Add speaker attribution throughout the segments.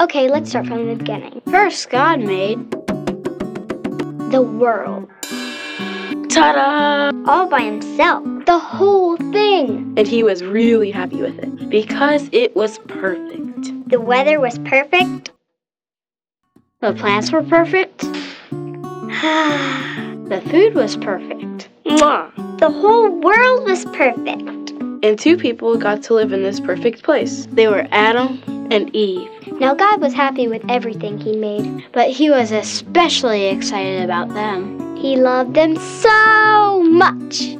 Speaker 1: Okay, let's start from the beginning.
Speaker 2: First, God made.
Speaker 1: The world,
Speaker 2: Ta da!
Speaker 1: all by himself, the whole thing.
Speaker 2: And he was really happy with it because it was perfect.
Speaker 1: The weather was perfect.
Speaker 2: The plants were perfect.
Speaker 1: the
Speaker 2: The food was perfect. Mwah!
Speaker 1: whole world was perfect.
Speaker 2: And two people got to live in this perfect place. They were Adam and Eve.
Speaker 1: Now, God was happy with everything he made.
Speaker 2: But he was especially excited about them.
Speaker 1: He loved them so much,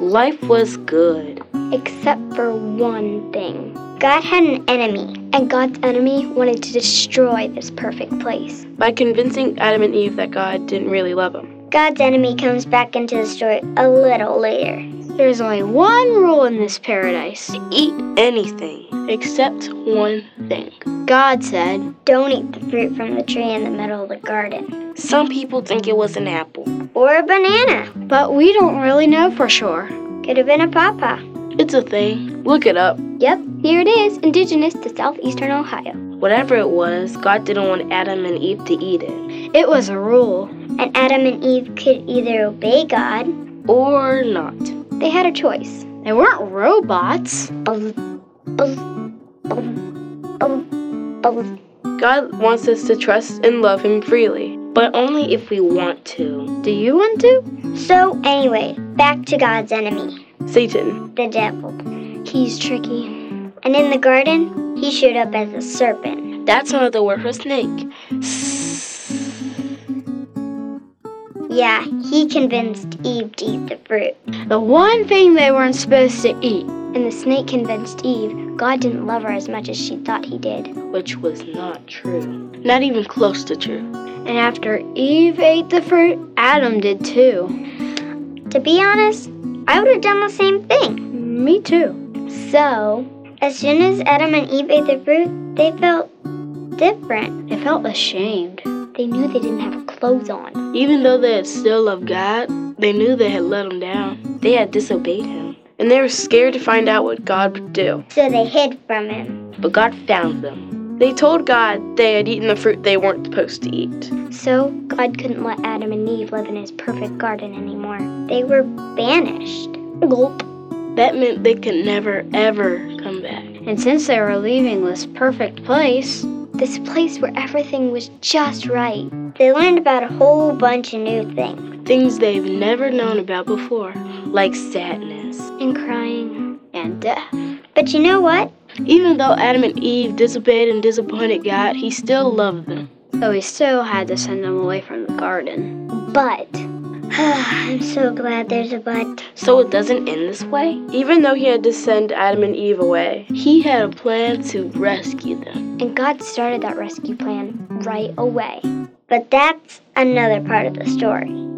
Speaker 2: Life was good.
Speaker 1: except for one thing. God had an enemy, and God's enemy wanted to destroy this perfect place.
Speaker 2: By convincing Adam and Eve that God didn't really love them.
Speaker 1: God's enemy comes back into the story a little later.
Speaker 2: There's only one rule in this paradise eat anything except one thing. God said,
Speaker 1: Don't eat the fruit from the tree in the middle of the garden.
Speaker 2: Some people think it was an apple.
Speaker 1: Or a banana.
Speaker 2: But we don't really know for sure.
Speaker 1: Could have been a papa.
Speaker 2: It's a thing. Look it up.
Speaker 1: Yep, here it is, indigenous to southeastern Ohio.
Speaker 2: Whatever it was, God didn't want Adam and Eve to eat it. It was a rule.
Speaker 1: And Adam and Eve could either obey God,
Speaker 2: Or not.
Speaker 1: they had a choice.
Speaker 2: They weren't robots.
Speaker 1: Buzz, buzz, buzz, buzz, buzz.
Speaker 2: God wants us to trust and love Him freely, but only if we want to. Do you want to?
Speaker 1: So, anyway, back to God's enemy,
Speaker 2: Satan.
Speaker 1: the devil. He's tricky. And in the garden, he showed up as a serpent.
Speaker 2: That's another word for snake.
Speaker 1: Yeah, he convinced Eve to eat the fruit.
Speaker 2: The one thing they weren't supposed to eat,
Speaker 1: And the snake convinced Eve God didn't love her as much as she thought he did.
Speaker 2: which was not true. Not even close to true.
Speaker 3: And after Eve ate the fruit, Adam did too.
Speaker 1: To be honest, I would have done the same thing.
Speaker 3: Me too.
Speaker 1: So, as soon as Adam and Eve ate the fruit, they felt different.
Speaker 3: They felt ashamed.
Speaker 1: They knew they didn't have clothes on.
Speaker 2: Even though they had still loved God, they knew they had let Him down. They had disobeyed Him. And they were scared to find out what God would do.
Speaker 1: So they hid from him.
Speaker 2: But God found them. They told God they had eaten the fruit they weren't supposed to eat.
Speaker 1: So, God couldn't let Adam and Eve live in his perfect garden anymore. They were banished. Gulp.
Speaker 2: That meant they could never, ever come back.
Speaker 3: And since they were leaving this perfect place,
Speaker 1: This place where everything was just right. They learned about a whole bunch of new things
Speaker 2: Things they've never known about before, like sadness.
Speaker 1: and crying.
Speaker 3: and death,
Speaker 1: But you know what?
Speaker 2: Even though Adam and Eve disobeyed and disappointed God, He still loved them.
Speaker 3: though he still had to send them away from the garden.
Speaker 1: But. I'm so glad there's a but.
Speaker 2: So it doesn't end this way. Even though He had to send Adam and Eve away, He had a plan to rescue them.
Speaker 1: And God started that rescue plan right away. But that's another part of the story.